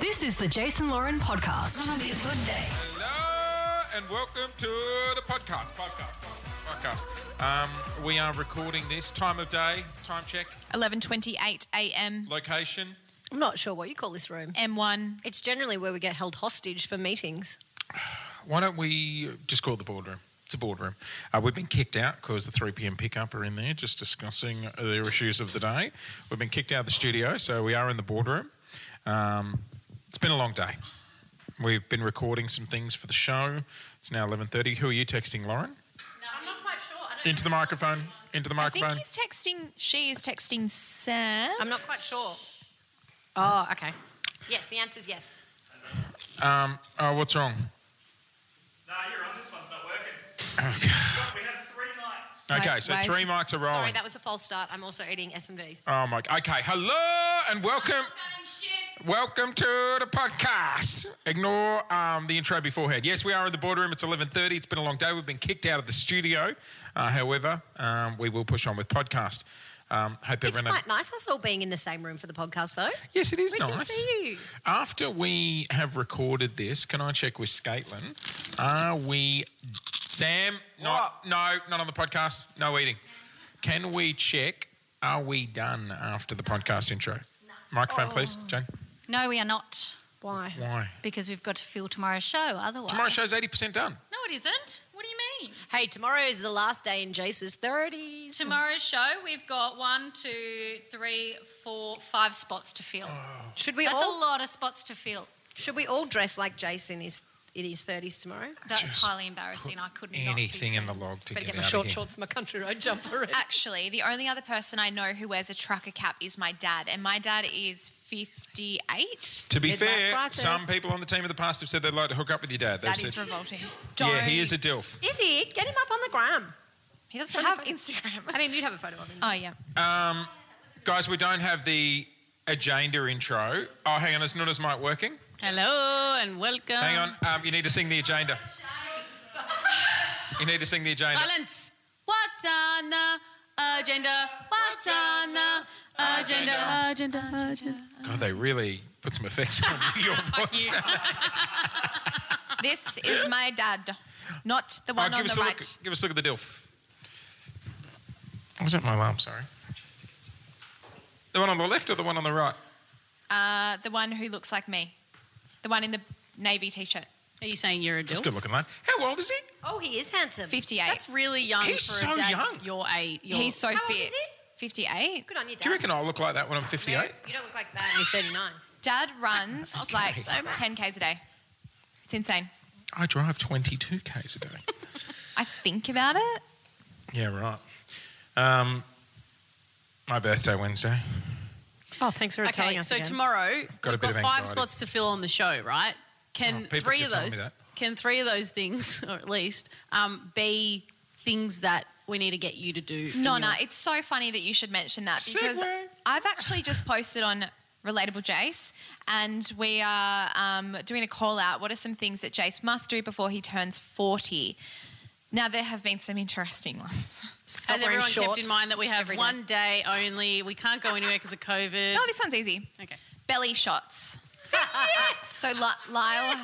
This is the Jason Lauren podcast. It's gonna be a good day. Hello and welcome to the podcast. Podcast. Podcast. Um, we are recording this time of day, time check, 11:28 a.m. location. I'm not sure what you call this room. M1. It's generally where we get held hostage for meetings. Why don't we just call it the boardroom? It's a boardroom. Uh, we've been kicked out because the 3 p.m. pickup are in there just discussing their issues of the day. We've been kicked out of the studio, so we are in the boardroom. Um, it's been a long day. We've been recording some things for the show. It's now 11:30. Who are you texting, Lauren? I'm not quite sure. I, Into the microphone. Into the think microphone. he's texting. She is texting Sam. I'm not quite sure. Oh, okay. Yes, the answer's yes. Um, oh, what's wrong? No, you're on. This one's not working. We have three nights. Okay, Wait, so wait. three mics are Sorry, rolling. that was a false start. I'm also eating SMDs. Oh my. Okay, hello and welcome. Welcome to the podcast. Ignore um, the intro beforehand. Yes, we are in the boardroom. It's 11.30. It's been a long day. We've been kicked out of the studio. Uh, however, um, we will push on with podcast. Um, hope It's everyone... quite nice us all being in the same room for the podcast, though. Yes, it is We nice. can see you. After we have recorded this, can I check with Scaitlin? Are we Sam? Not no, not on the podcast. No eating. Can we check? Are we done after the podcast intro? Microphone, please, Oh. Jane. No, we are not, Why? Why? because we've got to fill tomorrow's show. Otherwise, Tomorrow's show's eighty percent done. No, it isn't. What do you mean? Hey, tomorrow is the last day in Jace's 30s. Tomorrow's show, we've got one, two, three, four, five spots to fill. Should we That's a all lot of spots to fill. should we all dress like Jace in his in his 30s tomorrow? That's Just highly embarrassing. I couldn't. Anything in the log to Better get, get my out short of here. shorts, and my country road jumper. Uh, in. Actually, the only other person I know who wears a trucker cap is my dad, and my dad is 58. To be Midlife fair, crisis. some people on the team in the past have said they'd like to hook up with your dad. They've That said, is revolting. yeah, he is a dilf. Is he? Get him up on the gram. He doesn't have Instagram. I mean, you'd have a photo of him. Oh yeah. Um, guys, we don't have the agenda intro. Oh, hang on, is Nuna's mic working? Hello and welcome. Hang on, um, you need to sing the agenda. You need to sing the agenda. Silence. What's on the agenda? What's on the agenda? Agenda. Agenda. God, they really put some effects on your voice. This is my dad, not the Oh, one give, on the us a right. look, give us a look at the DILF. Was that my alarm? Sorry. The one on the left or the one on the right? Uh, the one who looks like me. The one in the navy t-shirt. Are you saying you're a That's a dill? good looking lad. How old is he? Oh, he is handsome. 58. That's really young He's for so a dad young. your age. Your, He's so How old fit. is he? 58. Good on you, Dad. Do you reckon I'll look like that when I'm No, 58? you don't look like that. You're 39. Dad runs like 10 Ks a day. It's insane. I drive 22 Ks a day. I think about it. yeah, right. Um, my birthday Wednesday. Oh, thanks for okay, so tomorrow got a bit we've got of anxiety. five spots to fill on the show, right? Oh, Can people three keep of telling me those? that. Can three of those things, or at least, um, be things that we need to get you to do? in Nonna, your- it's so funny that you should mention that because Segway. I've actually just posted on Relatable Jace and we are um, doing a call out. What are some things that Jace must do before he turns 40? Now, there have been some interesting ones. Has wearing everyone kept shorts in mind that we have every day. one day only? We can't go anywhere because of COVID. Oh, this one's easy. okay. Belly shots. So, Li- Lyle,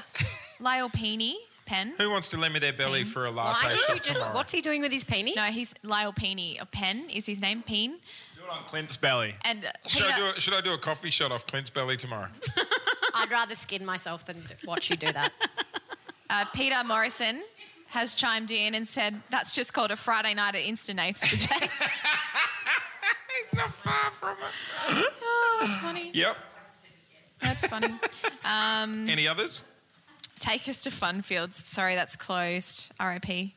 Lyle Peeny, Pen. Who wants to lend me their belly for a latte? Why for did you just? tomorrow? What's he doing with his peenie? No, he's Lyle Peeny, or Pen is his name, Peen. Do it on Clint's belly. And uh, Should I, Peter- do a, should I do a coffee shot off Clint's belly tomorrow? I'd rather skin myself than d- watch you do that. Uh, Peter Morrison has chimed in and said, that's just called a Friday night at Instanates for Jace. He's not far from it. oh, that's funny. Yep. That's funny. Any others? Take us to Funfields. Sorry, that's closed. RIP.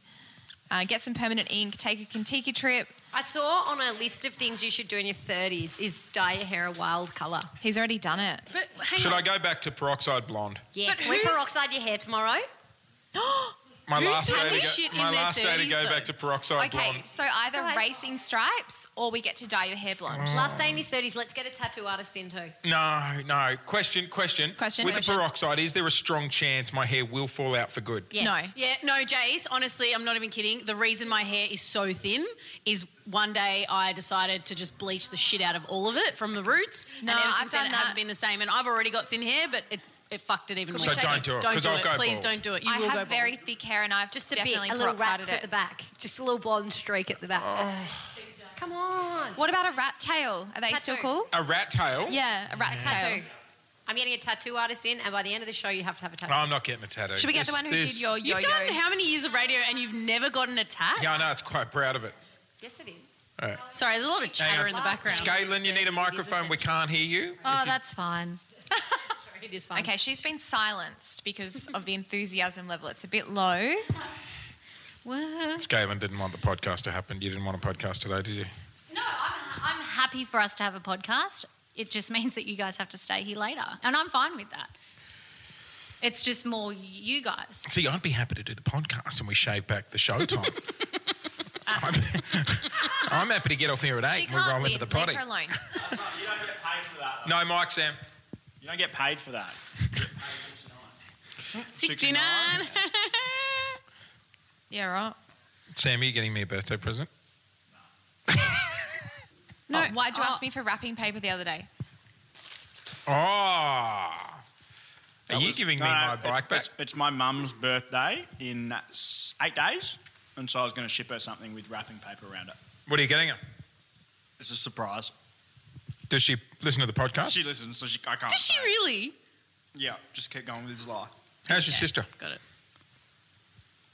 Uh, get some permanent ink. Take a Kentucky trip. I saw on a list of things you should do in your 30s is dye your hair a wild colour. He's already done it. But hang Should on. I go back to peroxide blonde? Yes, But we who's- peroxide your hair tomorrow. My Who's last doing day this to shit go, in my their last day to 30s go though? back to peroxide Okay, blonde. so either Guys. racing stripes or we get to dye your hair blonde. Last day in his 30s. Let's get a tattoo artist in too. No, no. Question, question. Question. With Question. the peroxide, is there a strong chance my hair will fall out for good? Yes. No. Yeah, no, Jace, honestly, I'm not even kidding. The reason my hair is so thin is one day I decided to just bleach the shit out of all of it from the roots. No, and ever I've since then done it that. hasn't been the same. And I've already got thin hair, but it it fucked it even So more. don't do it, 'cause I'll go Please bald. don't do it. You I will go have bald. very thick hair and I've just Just a bit, definitely a little peroxided rats it. at the back. Just a little blonde streak at the back. Oh. Ugh. Come on. What about a rat tail? Are they still Tattoo. cool? A rat tail? Yeah, a rat Tattoo. tail. I'm getting a tattoo artist in, and by the end of the show, you have to have a tattoo. No, I'm not getting a tattoo. Should we get the This- one who did this- your yo-yo? You've done how many years of radio and you've never gotten a tat? Yeah, I know. It's quite proud of it. Yes, it is. All right. Sorry, there's a lot of Hang chatter on. in the background. Scalen, you need a microphone. We can't hear you. Oh, that's fine. It is fine. Okay, she's been silenced because of the enthusiasm level. It's a bit low. What? Scalen didn't want the podcast to happen. You didn't want a podcast today, did you? No, I'm, I'm happy for us to have a podcast. It just means that you guys have to stay here later, and I'm fine with that. It's just more you guys. See, I'd be happy to do the podcast and we shave back the show time. I'm, I'm happy to get off here at 8 She and we roll can't win. into the Leave potty. her alone. You don't get paid for that. No, Mike, Sam. You don't get paid for that. 69. Yeah, right. Sam, are you getting me a birthday present? No. Oh, why'd you uh, Oh. ask me for wrapping paper the other day? Oh. Are That you was- giving me no, my it's- bike back? It's, it's my mum's birthday in s- eight days, and so I was going to ship her something with wrapping paper around it. What are you getting her? It's a surprise. Does she listen to the podcast? She listens, so she, I can't. Does she say. really? Yeah, just keep going with his lie. How's your sister? Got it.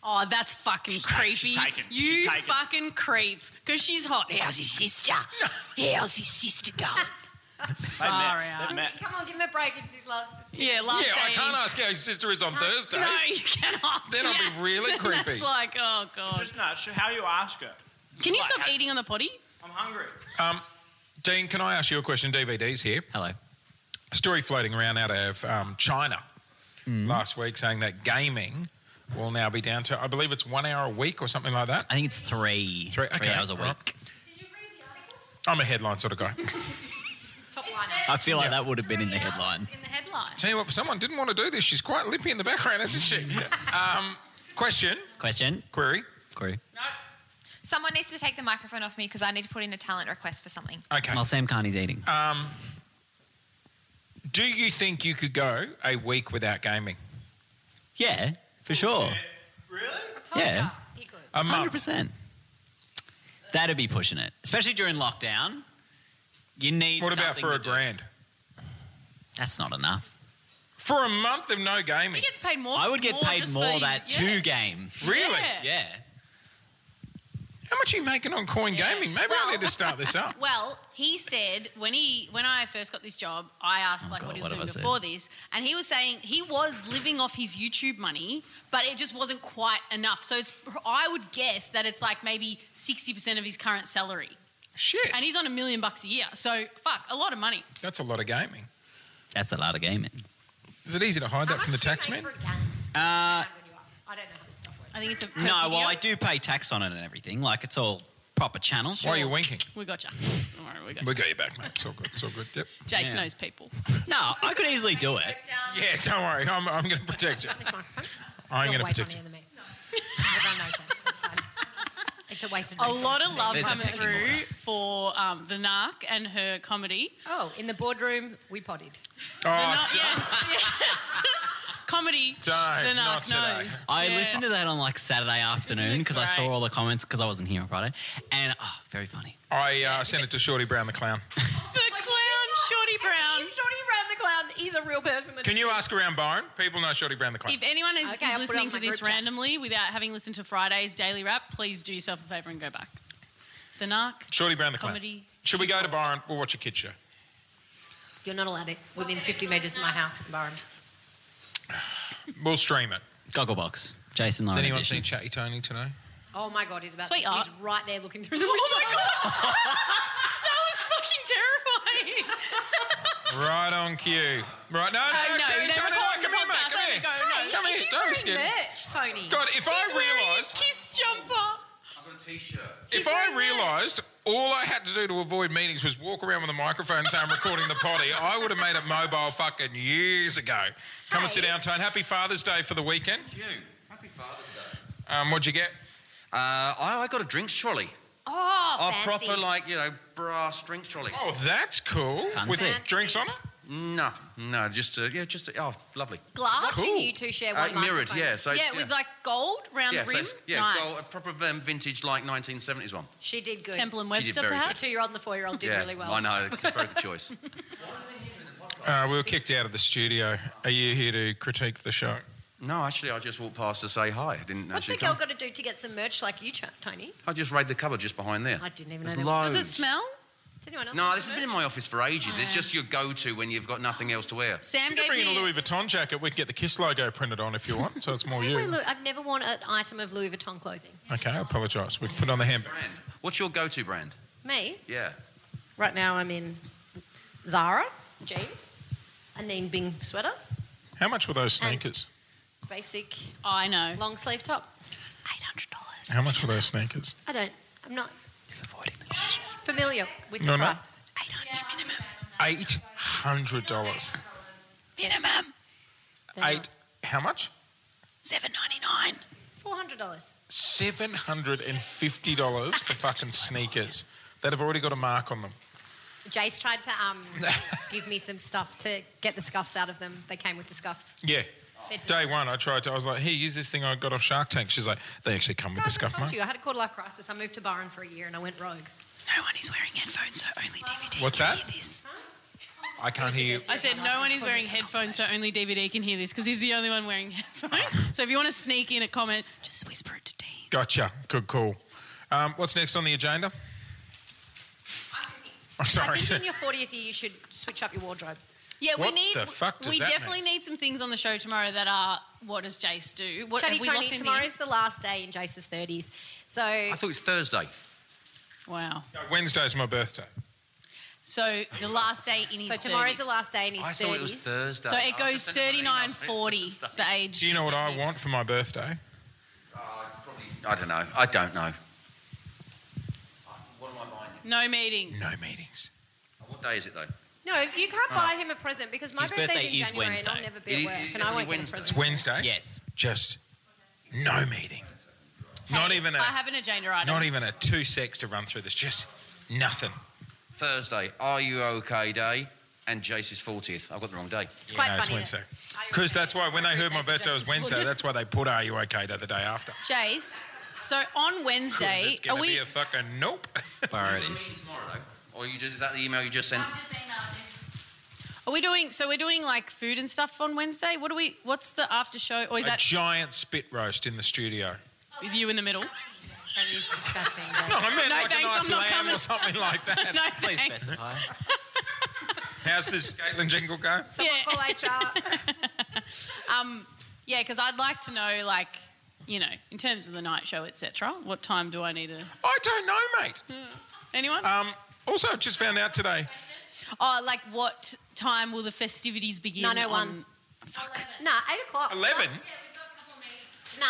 Oh, that's fucking She's ta- creepy. she's taken. You She's taken. fucking creep. Because she's hot. How's your sister? How's your sister going? They Far met, out. They met. Come on, give him a break. It's his last. yeah, last yeah, I days. can't ask how your sister is on Thursday. No, you cannot. Then I'll be really creepy. That's like, oh, God. Just no. So how do you ask her? Can you Like, stop I- eating on the potty? I'm hungry. Um, Dean, can I ask you a question? DVD's here. Hello. story floating around out of um, China last week saying that gaming will now be down to, I believe it's one hour a week or something like that. I think it's three. Three- okay, hours a week. right. I'm a headline sort of guy. Top Oh. liner. I feel like that would have been in the headline. In the headline. Tell you what, if someone didn't want to do this, she's quite lippy in the background, isn't she? um, question, Question? query. Corey. Someone needs to take the microphone off me because I need to put in a talent request for something. Okay. While Sam Carney's eating. Do you think you could go a week without gaming? yeah, for sure. Really? Yeah. A month? 100%. That'd be pushing it. Especially during lockdown. You need What about something for to a do. grand? That's not enough. For a month of no gaming? He gets paid more. I would get more paid just more for that his- yeah. two game. Really? Yeah. Yeah. How much are you making on coin gaming? Maybe I Well- need to start this up. Well, he said when he when I first got this job, I asked like Oh, God, what he what was doing have I said? before this, and he was saying he was living off his YouTube money, but it just wasn't quite enough. So it's I would guess that it's like maybe sixty percent of his current salary, Shit. and he's on a million bucks a year. So fuck, a lot of money. That's a lot of gaming. That's a lot of gaming. Is it easy to hide that from the tax taxman? Uh, I don't know how this stuff works. I think it's a per no, video. well, I do pay tax on it and everything. Like, it's all proper channel. Why are you winking? We got you. Don't worry, we got We you. got you back, mate. It's all good. It's all good. Yep. Jason Yeah. knows people. No, I could easily do it. um, Yeah, don't worry. I'm, I'm going to protect you. This microphone. I'm going You're to way protect you. funnier than me. Everyone knows that. It's fine. It's a wasted A resource lot for of me. love There's a coming pecking through order. for um, the narc and her comedy. Oh, in the boardroom, we potted. No, Oh, don't- yes, yes. Comedy. Don't, the not narc today. knows. I Yeah. listened to that on like Saturday afternoon it because I saw great? all the comments because I wasn't here on Friday. And, oh, very funny. I uh, sent it to Shorty Brown the clown. the clown, Shorty Brown. Shorty Brown the Clown is a real person. Can you ask around Byron? People know Shorty Brown the clown. If anyone is, Okay, is I'll put it listening on to my this group chat. randomly without having listened to Friday's daily wrap, please do yourself a favour and go back. The narc. Shorty Brown the clown. Comedy. Should we go to Byron? We'll watch a kid show. You're not allowed it within 50 metres of my house, Byron. We'll stream it. Gogglebox. Jason Has Lyon. anyone edition. seen Chatty Tony today? Oh my God, he's about. Sweetheart. He's right there looking through the window. Oh my god! that was fucking terrifying. Right on cue. Right, no, no, Oh, no, Chatty they're Tony, no, recording come here, the mate, podcast. come There here. we go. No, Hey, Come are here, you don't wearing skin. merch, Tony. God, if I He's wearing a realised, kiss jumper. if I realised all I had to do to avoid meetings was walk around with a microphone and say I'm recording the potty, I would have made it mobile fucking years ago. Come and sit down, Tone. Happy Father's Day for the weekend. You. Happy Father's Day. Um, what'd you get? Uh, I, I got a drinks trolley. Oh, A fancy. proper, like, you know, brass drinks trolley. Oh, that's cool. Fancy. With Fancy. drinks on it? No, no, just uh, yeah, just uh, oh, lovely. Glass? Cool. You two share Uh, one mirrored, microphone. yeah. So it's- yeah, with like gold round yeah, the so rim. it's- yeah, nice. gold, a proper um, vintage like 1970s one. She did good. Temple and She did Webster, very good. perhaps. The two-year-old and the four-year-old did yeah, really well. I know, very good choice. Uh, we were kicked out of the studio. Are you here to critique the show? No, actually, I just walked past to say hi. I didn't What's actually a girl come. got to do to get some merch like you, Ch- Tony? I just raid the cupboard just behind there. I didn't even There's know there loads. Does it smell? Does anyone else? No, have this has merch? been in my office for ages. It's just your go-to when you've got nothing else to wear. Sam You can gave bring in a me. Louis Vuitton jacket. We can get the Kiss logo printed on if you want, so it's more Wait, you. look, I've never worn an item of Louis Vuitton clothing. Okay, I apologise. We can put on the handbag. Brand. What's your go-to brand? Me, Yeah. right now, I'm in Zara jeans, a Neen Bing sweater, How much were those sneakers? basic Oh, I know. long sleeve top. How much were those sneakers? I don't. I'm not. Familiar with No, the no. price. Eight hundred dollars. They're Eight. How much? Four hundred dollars. Seven hundred and fifty dollars for fucking sneakers that have already got a mark on them. Jace tried to um, give me some stuff to get the scuffs out of them. They came with the scuffs. Yeah. Day one, I tried to. I was like, "Hey, use this thing I got off Shark Tank." She's like, "They actually come with the Guys, I scuff told mark." you I had a quarter life crisis. I moved to Byron for a year and I went rogue. No one is wearing headphones, so only DVD. What's can that? hear this. I can't hear you. I said no one is wearing headphones, so only DVD can hear this because he's the only one wearing headphones. so if you want to sneak in a comment, just whisper it to Dean. Gotcha. Good call. Um, what's next on the agenda? I'm I sorry. think in your 40th year, you should switch up your wardrobe. Yeah, What we need. the fuck does we that definitely need some things on the show tomorrow that are what does Jace do? What Chatty have we Tony, locked in tomorrow is the last day in Jace's 30s. So I thought it was Thursday. here? Wow. No, Wednesday's my birthday. So the last day in his. so tomorrow's 30s. the last Oh, day in his I 30s. thought it was Thursday. So I it goes just sent him an email, so it's 3940, Thursday. the age. Do you know what I want for my birthday? Oh, it's probably- I don't know. I don't know. What am I buying? No meetings. No meetings. What day is it though? no, you can't buy him a present because my His birthday's birthday in is January and Wednesday. I'll never It be at is- work it- and I it'll won't be get a Wednesday. It's present. Wednesday. Yes. Just no meeting. not even a I have an agenda item. not even a two secs to run through this. Just nothing. Thursday. Are you okay day? And Jace's 40th. I've got the wrong day. It's quite no, funny. it's that- Wednesday. Because that's why when they heard my birthday was Wednesday, that's why they put "Are you okay?" to the day after. 'Cause Jace. So on Wednesday, it's are gonna we? be a fucking nope. Priorities. Tomorrow though. Or you just, is that the email you just sent? Are we doing? So we're doing like food and stuff on Wednesday. What do we? What's the after show? Or is a that giant spit roast in the studio. with you in the middle? That is disgusting. Jace. No, I meant No, like thanks, a nice I'm not lamb coming. or something like that. No, Please thanks. specify. How's this Caitlin jingle go? Someone Yeah. call HR. Yeah, because I'd like to know, like, you know, in terms of the night show, etc. What time do I need to? I don't know, mate. Anyone? Um, also, I've just found out today. oh, like what time will the festivities begin? 9:01. on- nah, 8 o'clock. Eleven. Nah,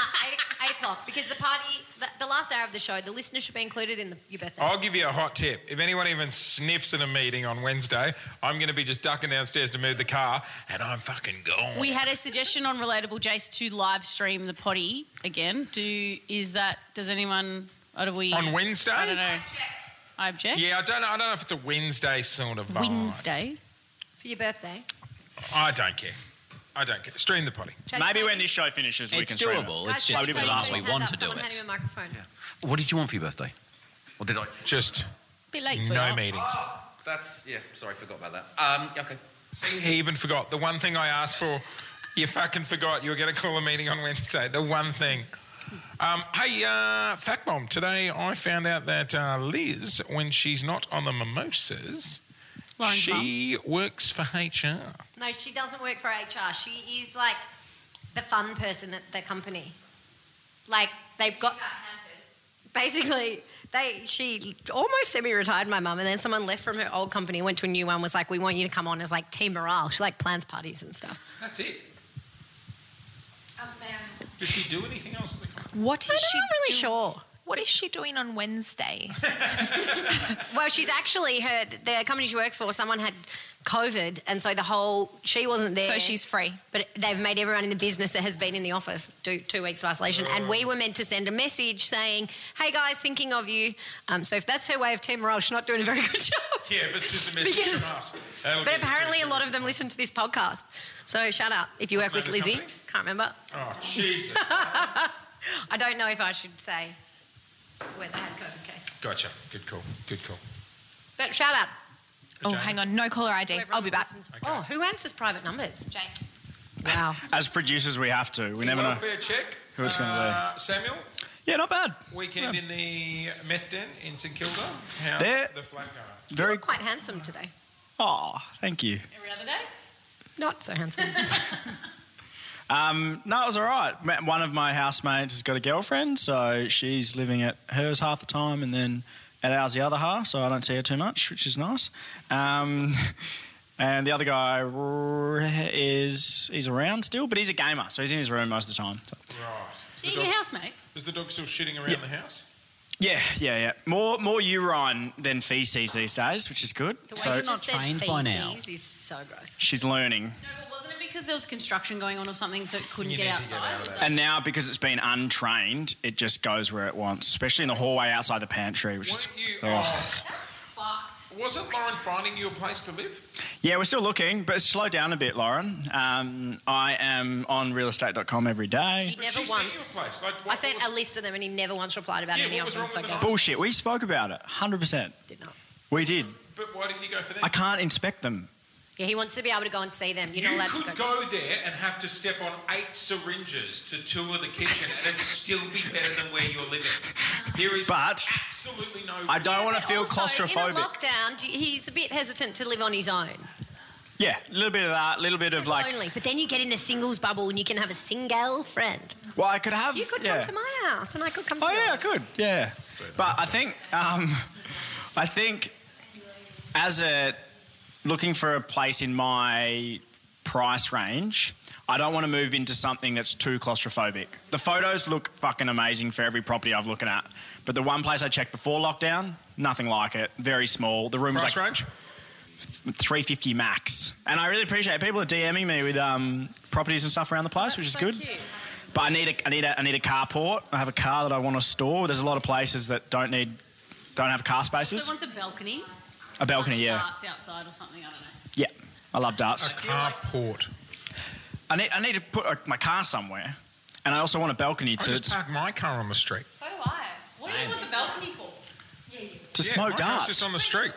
8, eight o'clock because the party, the, the last hour of the show, the listener should be included in the, your birthday. I'll give you a hot tip. If anyone even sniffs at a meeting on Wednesday, I'm going to be just ducking downstairs to move the car, and I'm fucking gone. We had a suggestion on Relatable Jace to live stream the potty again. Do is that? Does anyone? What do we? on Wednesday. I don't know. Oh. I object. Yeah, I don't know. I don't know if it's a Wednesday sort of vibe. Wednesday. For your birthday. I don't care. I don't care. Stream the potty. Maybe when this show finishes, we It's can stream it. doable. It's just Nobody the would ask reason we want to do Someone hand it. him a microphone. What did you want for your birthday? Or did I? Just Bit late. no sweetheart. meetings. Ah, That's yeah. Sorry, forgot about that. Um. Okay. See, he even forgot the one thing I asked for. You fucking forgot you were going to call a meeting on Wednesday. The one thing. Um, hey, uh, fact bomb. Today I found out that uh, Liz, when she's not on the mimosas, Lauren's she works for HR. No, she doesn't work for HR. She is like the fun person at the company. Like they've got. Basically, they she almost semi-retired my mum, and then someone left from her old company, went to a new one, was like, "We want you to come on as like team morale." She like plans parties and stuff. That's it. Does she do anything else? What is I'm she not really do- sure. What is she doing on Wednesday? Well, she's actually her the company she works for. Someone had COVID, and so the whole she wasn't there. So she's free. But they've made everyone in the business that has been in the office do two weeks of isolation. And we were meant to send a message saying, hey guys, thinking of you. Um, so if that's her way of team morale, she's not doing a very good job. Yeah, if it's just a message Because- from us. that'll But get you apparently, a through lot of them listen to this podcast. So shut up. If you work What's with the name of the Lizzie, company? can't remember. Oh, Jesus. I don't know if I should say where they have COVID case. gotcha. Good call. Good call. But shout out. Oh, Jane? hang on. No caller ID. Everyone I'll be back. listens- Oh, who answers private numbers? Jane. Wow. As producers, we have to. We never know. Welfare check. who it's gonna be. Uh, Samuel, Yeah, not bad. weekend in the meth den in St Kilda. How's There- the flat going? Very. Quite handsome today. Oh, thank you. Every other day? Not so handsome. Um, no, it was all right. Met- One of my housemates has got a girlfriend, so she's living at hers half the time and then at ours the other half, so I don't see her too much, which is nice. Um, and the other guy r- is he's around still, but he's a gamer, so he's in his room most of the time. So- Right. Is See the, your dog, housemate. is the dog still shitting around the house? Yeah, yeah, yeah. More more urine than feces these days, which is good. The way So she just said trained by now. feces is so gross. she's learning. No, but wasn't it because there was construction going on or something, so it couldn't You get need to get outside? out of It was that. like- And now, because it's been untrained, it just goes where it wants, especially in the hallway outside the pantry, which is. Weren't you? Ugh. Oh, wasn't Lauren finding you a place to live? Yeah, we're still looking, but slow down a bit, Lauren. Um, I am on realestate.com every He day. never she sent you once. a place. Like, what, I sent what a was- list of them and he never once replied about Yeah, any what of was them. wrong So with go. the Bullshit. We spoke about it, 100%. Did not. We did. But why didn't you go for that? I can't inspect them. Yeah, he wants to be able to go and see them. You're You not allowed could to go. go there and have to step on eight syringes to tour the kitchen, and it'd still be better than where you're living. There is But absolutely no. I don't Yeah, want to but feel also, In a claustrophobic. lockdown, do- he's a bit hesitant to live on his own. Yeah, a little bit of that, a little bit of like. Only. But then you get in the singles bubble and you can have a single friend. Well, I could have. You could yeah. come to my house and I could come to Oh yours. yeah, I could. Yeah, but I think um, I think as a looking for a place in my price range, I don't want to move into something that's too claustrophobic. The photos look fucking amazing for every property I've looking at, but the one place I checked before lockdown, nothing like it. Very small. The room was like Price range? 350 max. And I really appreciate it. people are DMing me with um, properties and stuff around the place, which is good. But I need a I need a I need a carport. I have a car that I want to store. There's a lot of places that don't need don't have car spaces. So once a balcony, A balcony, punch yeah, darts outside or something. I don't know. yeah. I love darts. Carport. I need I need to put uh my car somewhere, and I also want a balcony I to just to, parked my car on the street. So do I. What do you want the balcony for? to yeah, smoke my car's darts. just on the street.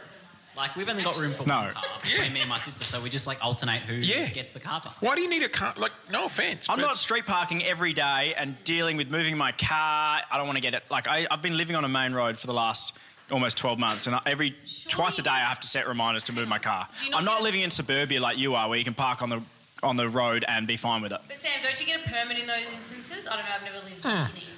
Like we've only got room for No. one car between Yeah. me and my sister, so we just like alternate who Yeah. gets the car park. Why do you need a car? Like, no offense. I'm but- not street parking every day and dealing with moving my car. I don't want to get it. Like I, I've been living on a main road for the last almost 12 months, and I, every twice a day I have to set reminders to move my car. Do you not I'm not get- living in suburbia like you are, where you can park on the on the road and be fine with it. But Sam, don't you get a permit in those instances? I don't know. I've never lived in any instance.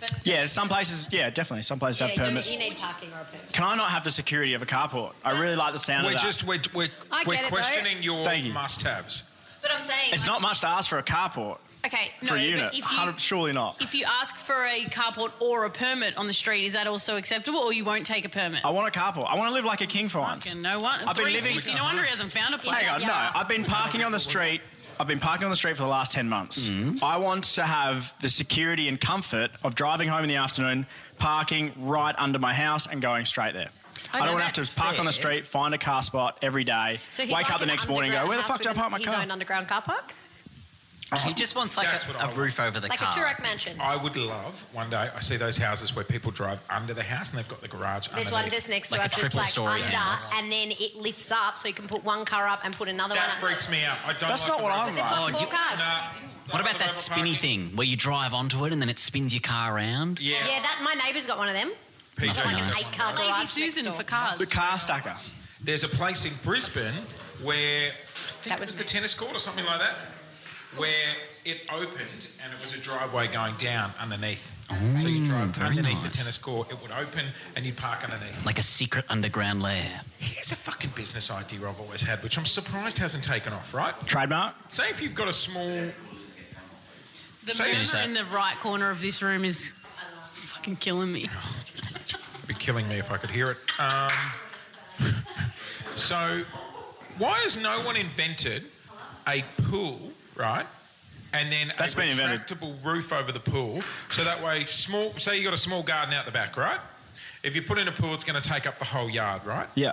But Yeah, some places. Yeah, definitely. Some places have Yeah, you, permits. you need parking or a permit. Can I not have the security of a carport? I really like the sound We're of that. just we're we're, I we're get it, though. questioning your Thank you. must-haves. but I'm saying it's like- not much to ask for a carport okay. for No, a unit. but if you 100 surely not. if you ask for a carport or a permit on the street, is that also acceptable, or you won't take a permit? I want a carport. I want to live like a king for once. Fucking no one. I've been Three living- fifty. No wonder he hasn't found a place. Hang on, no. I've been parking on the street. I've been parking on the street for the last 10 months. Mm-hmm. I want to have the security and comfort of driving home in the afternoon, parking right under my house and going straight there. I don't no, want to have that's to park on the street, find a car spot every day, So wake he'd like up the an next morning and go, underground where the house fuck did I with park my his car? own underground car park? He just wants like Oh. That's what I a, a want. roof over the Like car. Oh, a Turek mansion. I would love one day. I see those houses where people drive under the house and they've got the garage. There's one underneath. just next to Like a us. It's triple like story under, house. and then it lifts up, so you can put one car up and put another That one. up. freaks me out. I don't. That's like not the what way- I'm like. Got Oh, four do- cars. Nah, What about that spinny parking. thing where you drive onto it and then it spins your car around? Yeah. Yeah, that my neighbour's got one of them. Pizza. It's like an nice. eight-car garage. Lazy next Susan door. for cars. The car stacker. There's a place in Brisbane where I think That it was was the me. tennis court or something like that, where it opened and it was a driveway going down underneath. so you drove very underneath nice. the tennis court, it would open and you'd park underneath. Like a secret underground lair. Here's a fucking business idea I've always had, which I'm surprised hasn't taken off, right? Trademark. Say if you've got a small. The Say- Finish murder that. in the right corner of this room is fucking killing me. It'd be killing me if I could hear it. Um, so, why has no one invented a pool, right? And then That's a been invented. retractable roof over the pool, so that way, small. Say you got a small garden out the back, right? If you put in a pool, it's going to take up the whole yard, right? Yeah.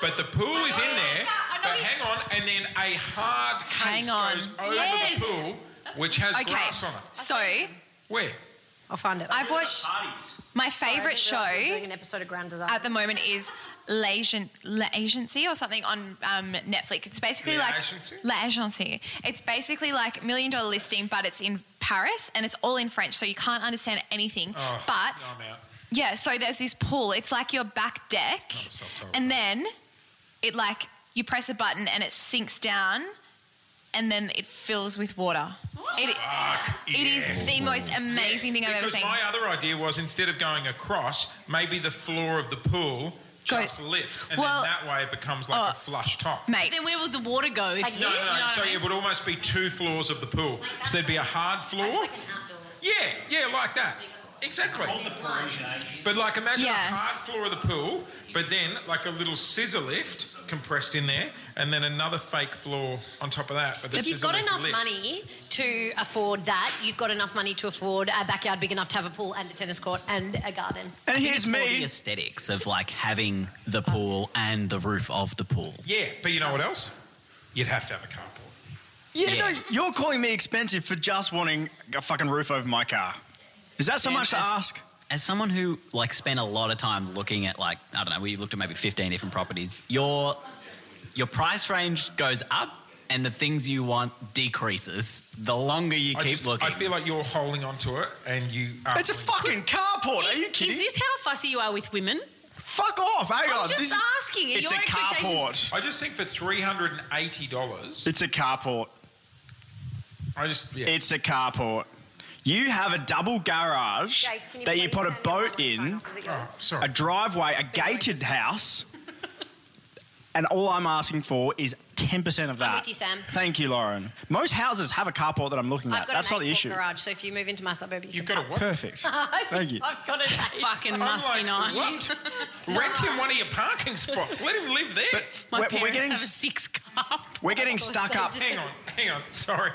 But the pool is in there. But hang on, and then a hard Hang case on. goes over Yes. the pool, which has Okay. grass on it. So Where? I'll find it. I've watched my Sorry, I favorite didn't realise we were show doing an episode of Ground Design. at the moment is L'Agent, L'Agency or something on um, Netflix. It's basically like L'Agency? L'Agency. It's basically like Million Dollar Listing, but it's in Paris and it's all in French, so you can't understand anything. Oh, but no, I'm out. yeah, so there's this pool. It's like your back deck, Not a subtitle. and then it like you press a button and it sinks down, and then it fills with water. It, Fuck, it is yes. the most amazing thing I've ever because seen. my other idea was instead of going across, maybe the floor of the pool Go- just lifts, and Well- then that way it becomes like Oh. a flush top. Mate, Then where would the water go? If Like No, this? no, no. No, so I mean- it would almost be two floors of the pool. so there'd be a hard floor. yeah, yeah, like that. Exactly. But like, imagine Yeah. a hard floor of the pool, but then like a little scissor lift compressed in there, and then another fake floor on top of that. But the If you've scissor got lift enough lifts. money to afford that, you've got enough money to afford a backyard big enough to have a pool and a tennis court and a garden. And It's here's more the me. aesthetics of like having the pool and the roof of the pool. Yeah, but you know what else? You'd have to have a carpool. Yeah, Yeah. no, you're calling me expensive for just wanting a fucking roof over my car. Is that so Sam, much to as- ask? As someone who like spent a lot of time looking at like I don't know, we looked at maybe 15 different properties. Your your price range goes up and the things you want decreases the longer you I, keep just- looking. I feel like you're holding onto it, and you. um, Are It's a fucking carport. Are you kidding? Is this how fussy you are with women? Fuck off! Hang I'm on. just this is- asking. Are It's your a expectations? carport. I just think for three hundred and eighty dollars, It's a carport. I just yeah. It's a carport. You have a double garage Jace, can you that you please put a turn your boat microphone in, off as it oh, goes? a sorry. driveway, a gated house, and all I'm asking for is 10% of that. with you, Sam. Thank you, Lauren. Most houses have a carport that I'm looking I've at. got That's an not the eight-foot issue. garage, so if you move into my suburb, you You've can. got a what? Perfect. Thank you. I've got an eight. Fucking I'm must be like, nice. what? Rent him one of your parking spots. Let him live there. My We're- we're parents getting have a s- six cup. We're getting stuck up. hang on, hang on. Sorry.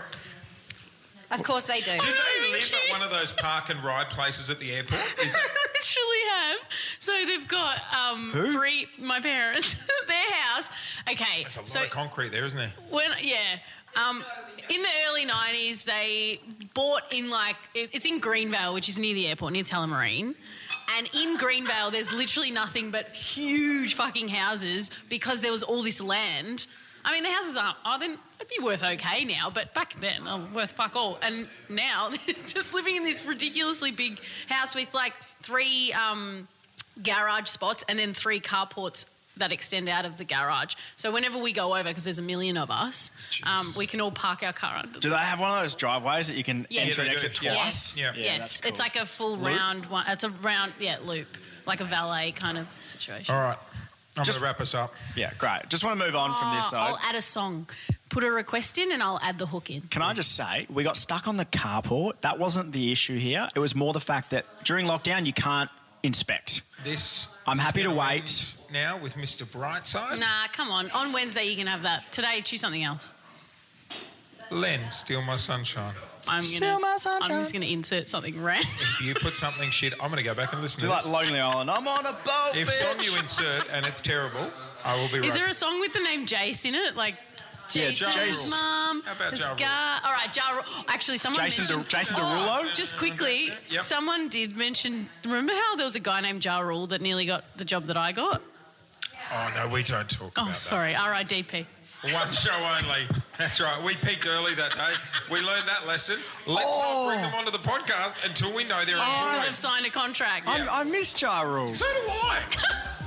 Of course they do. Do they live at one of those park and ride places at the airport? Is I that, literally have. So they've got um, Who? three. My parents, their house. Okay. there's a lot so of concrete there, isn't there? when yeah. Um, in the early 90s, they bought in like, it- it's in Greenvale, which is near the airport, near Tullamarine. And in Greenvale, there's literally nothing but huge fucking houses because there was all this land. I mean, the houses aren't, oh, then it'd be worth okay now, but back then, oh, worth fuck all. And now, they're just living in this ridiculously big house with like three um, garage spots and then three carports that extend out of the garage. So whenever we go over, because there's a million of us, um, we can all park our car under. Do they have one of those driveways that you can Yes. enter and Yeah, they exit do, yeah. twice? Yes. Yeah. Yeah, yes, that's cool. it's like a full round one. It's a round, yeah, loop, like a valet kind of situation. All right. I'm Just- gonna wrap us up. Yeah, great. Just want to move on from this Oh, though. I'll add a song. Put a request in, and I'll add the hook in. Can I just say, we got stuck on the carport. That wasn't the issue here. It was more the fact that during lockdown, you can't inspect. This. I'm is happy to gonna wait. end Now with Mr. Brightside. Nah, come on. On Wednesday you can have that. Today choose something else. Len, steal my sunshine. I'm Steal gonna. my I'm sunshine. just gonna insert something random. If you put something shit, I'm gonna go back and listen Do to like this. Lonely Island. I'm on a boat, If song bitch. you insert and it's terrible, I will be right. Is there a song with the name Jace in it? Like Yeah, Jason's Ja Rule. mum. How about this Ja Rule? guy- All right, Ja Rule. Actually, someone Jason De- mentioned. Oh, Jason Derulo? just quickly, Yep. someone did mention. Remember how there was a guy named Ja Rule that nearly got the job that I got? oh no, we don't talk Oh, about sorry, R.I.D.P. that. One show only. That's right. We peaked early that day. We learned that lesson. Let's Oh. not bring them onto the podcast until we know they're Should employed. have signed a contract. I'm, I miss Ja Rule. So do I.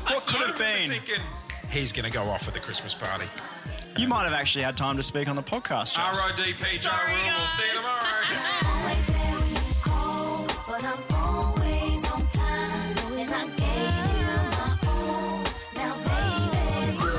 What could I remember have been? Thinking, He's going to go off at the Christmas party. You might have actually had time to speak on the podcast, Jason. RIDP, Ja Sorry, Rule. We'll see you guys. tomorrow. always there when you call, but I'm always on time. And I gave you my all. Now, baby,